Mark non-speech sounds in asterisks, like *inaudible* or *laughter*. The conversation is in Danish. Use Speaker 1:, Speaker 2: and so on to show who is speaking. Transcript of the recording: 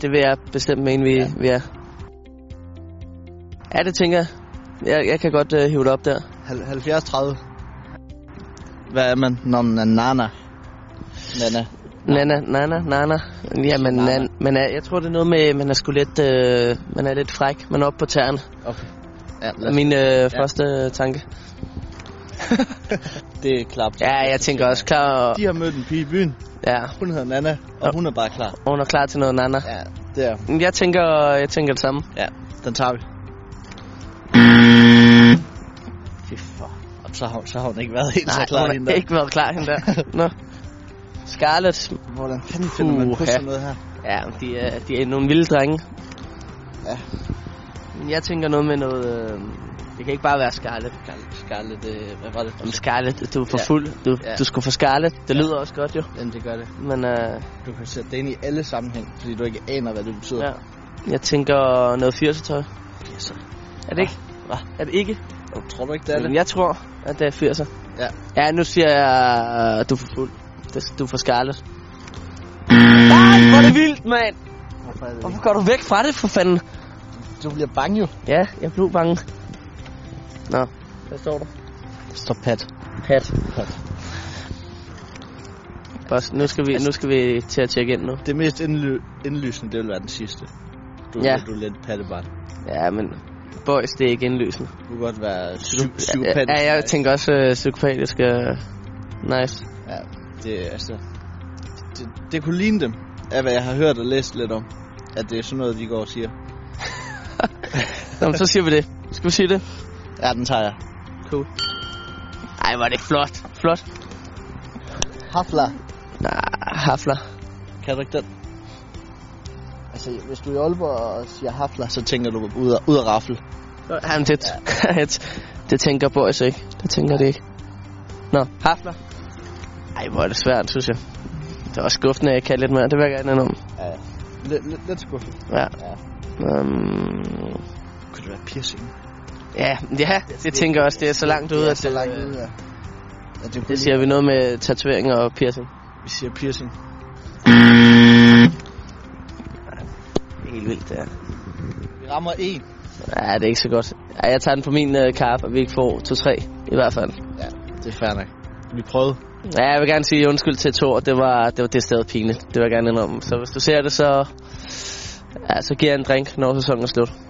Speaker 1: det vil jeg bestemt mene, vi, ja. vi er. Ja, det tænker jeg. Jeg, jeg kan godt øh, hive det op der.
Speaker 2: Hal- 70-30. Hvad er man, når man er nana? Nana.
Speaker 1: Nana, nana, nana. Ja, men,
Speaker 2: Nana.
Speaker 1: nan, men øh, jeg, jeg tror, det er noget med, man er sgu lidt, øh, man er lidt fræk. Man er oppe på tæerne.
Speaker 2: Okay. Ja,
Speaker 1: Det er
Speaker 2: lad os-
Speaker 1: min øh, ja. første tanke.
Speaker 2: det er klart.
Speaker 1: Ja, jeg tænker også klar.
Speaker 2: De har mødt en pige i byen.
Speaker 1: Ja,
Speaker 2: Hun hedder Nana, og hun er bare klar.
Speaker 1: hun er klar til noget nana.
Speaker 2: Ja, det er hun.
Speaker 1: Jeg tænker, jeg tænker det samme.
Speaker 2: Ja, den tager vi. Fy for. Og så har, hun- så har hun ikke været helt så klar
Speaker 1: hun
Speaker 2: hende
Speaker 1: har
Speaker 2: der.
Speaker 1: ikke været klar
Speaker 2: *laughs*
Speaker 1: hende der. Nå. Scarlett.
Speaker 2: Hvordan fanden finder man på
Speaker 1: Puha.
Speaker 2: sådan noget her?
Speaker 1: Ja, de er, de er nogle vilde drenge.
Speaker 2: Ja.
Speaker 1: Men Jeg tænker noget med noget... Øh, det kan ikke bare være Scarlett.
Speaker 2: Scarlett, Scarlett øh, hvad var det?
Speaker 1: Om Scarlett, du er for
Speaker 2: Ja.
Speaker 1: fuld. Du,
Speaker 2: Ja.
Speaker 1: du skulle for Scarlett. Det lyder også godt jo.
Speaker 2: Jamen, det gør det.
Speaker 1: Men øh,
Speaker 2: Du kan sætte det ind i alle sammenhæng, fordi du ikke aner, hvad det betyder.
Speaker 1: ja. jeg tænker noget 80'er tøj.
Speaker 2: Okay, så.
Speaker 1: Er det ikke?
Speaker 2: Hva?
Speaker 1: Er det ikke?
Speaker 2: Tror du ikke, det er det?
Speaker 1: Men jeg tror, at det er 80'er.
Speaker 2: Ja.
Speaker 1: Ja, nu siger jeg, at du er for fuld. Det- Du er for Scarlett. Mm. Nej, hvor er det vildt, mand!
Speaker 2: Hvorfor er det
Speaker 1: Hvorfor går du væk fra det, for fanden?
Speaker 2: ikke? Du bliver bange jo.
Speaker 1: Ja, jeg blev bange. Nå, hvad står der?
Speaker 2: Stop pat.
Speaker 1: Pat.
Speaker 2: Pat.
Speaker 1: Boss, nu skal vi, nu skal vi til at tjekke ind nu.
Speaker 2: Det mest indly- indlysende, det vil være den sidste. Du,
Speaker 1: Ja.
Speaker 2: du er lidt pattebarn.
Speaker 1: Ja, men boys, det er ikke indløsende.
Speaker 2: Du kan godt være psy-
Speaker 1: Ja,
Speaker 2: psykopat.
Speaker 1: ja, jeg tænker også øh, psykopatisk. Øh, nice.
Speaker 2: Ja, det er altså... Det, det kunne ligne dem, af hvad jeg har hørt og læst lidt om. At det er sådan noget, de går og siger.
Speaker 1: Nå, men så siger vi det. Skal vi sige det?
Speaker 2: Ja, den tager jeg.
Speaker 1: Cool. Ej, var det flot. Flot.
Speaker 2: Hafla.
Speaker 1: Nej, hafler.
Speaker 2: Kan du ikke den? Altså, hvis du er i Aalborg og siger hafla, så tænker du ud af, ud af rafle.
Speaker 1: Jamen, det, *laughs* det, det tænker boys ikke. Det tænker det ikke. Nå, hafler. Ej, hvor er det svært, synes jeg. Det var skuffende, at jeg kan lidt mere. Det vil jeg gerne indrømme.
Speaker 2: Ja, ja. Lidt, lidt, lidt skuffet.
Speaker 1: Ja.
Speaker 2: Ja.
Speaker 1: Um,
Speaker 2: Kunne det være piercing?
Speaker 1: ja, ja, det tænker jeg også. Det er så langt ude,
Speaker 2: Det er
Speaker 1: at
Speaker 2: så langt
Speaker 1: øh,
Speaker 2: ude, ja. ja det,
Speaker 1: Det siger vi noget med tatovering og piercing.
Speaker 2: Vi siger piercing.
Speaker 1: Det er helt vildt, det er.
Speaker 2: Vi rammer en.
Speaker 1: Ja, det er ikke så godt. Ja, jeg tager den på min øh, karp, og vi ikke får 2-3 i hvert fald.
Speaker 2: Ja, det er fair nok. Vi prøvede.
Speaker 1: Ja, jeg vil gerne sige undskyld til Thor. Det var det, var det stadig pinligt. Det vil jeg gerne indrømme. Så hvis du ser det, så... Ja, så giver jeg en drink, når sæsonen er slut.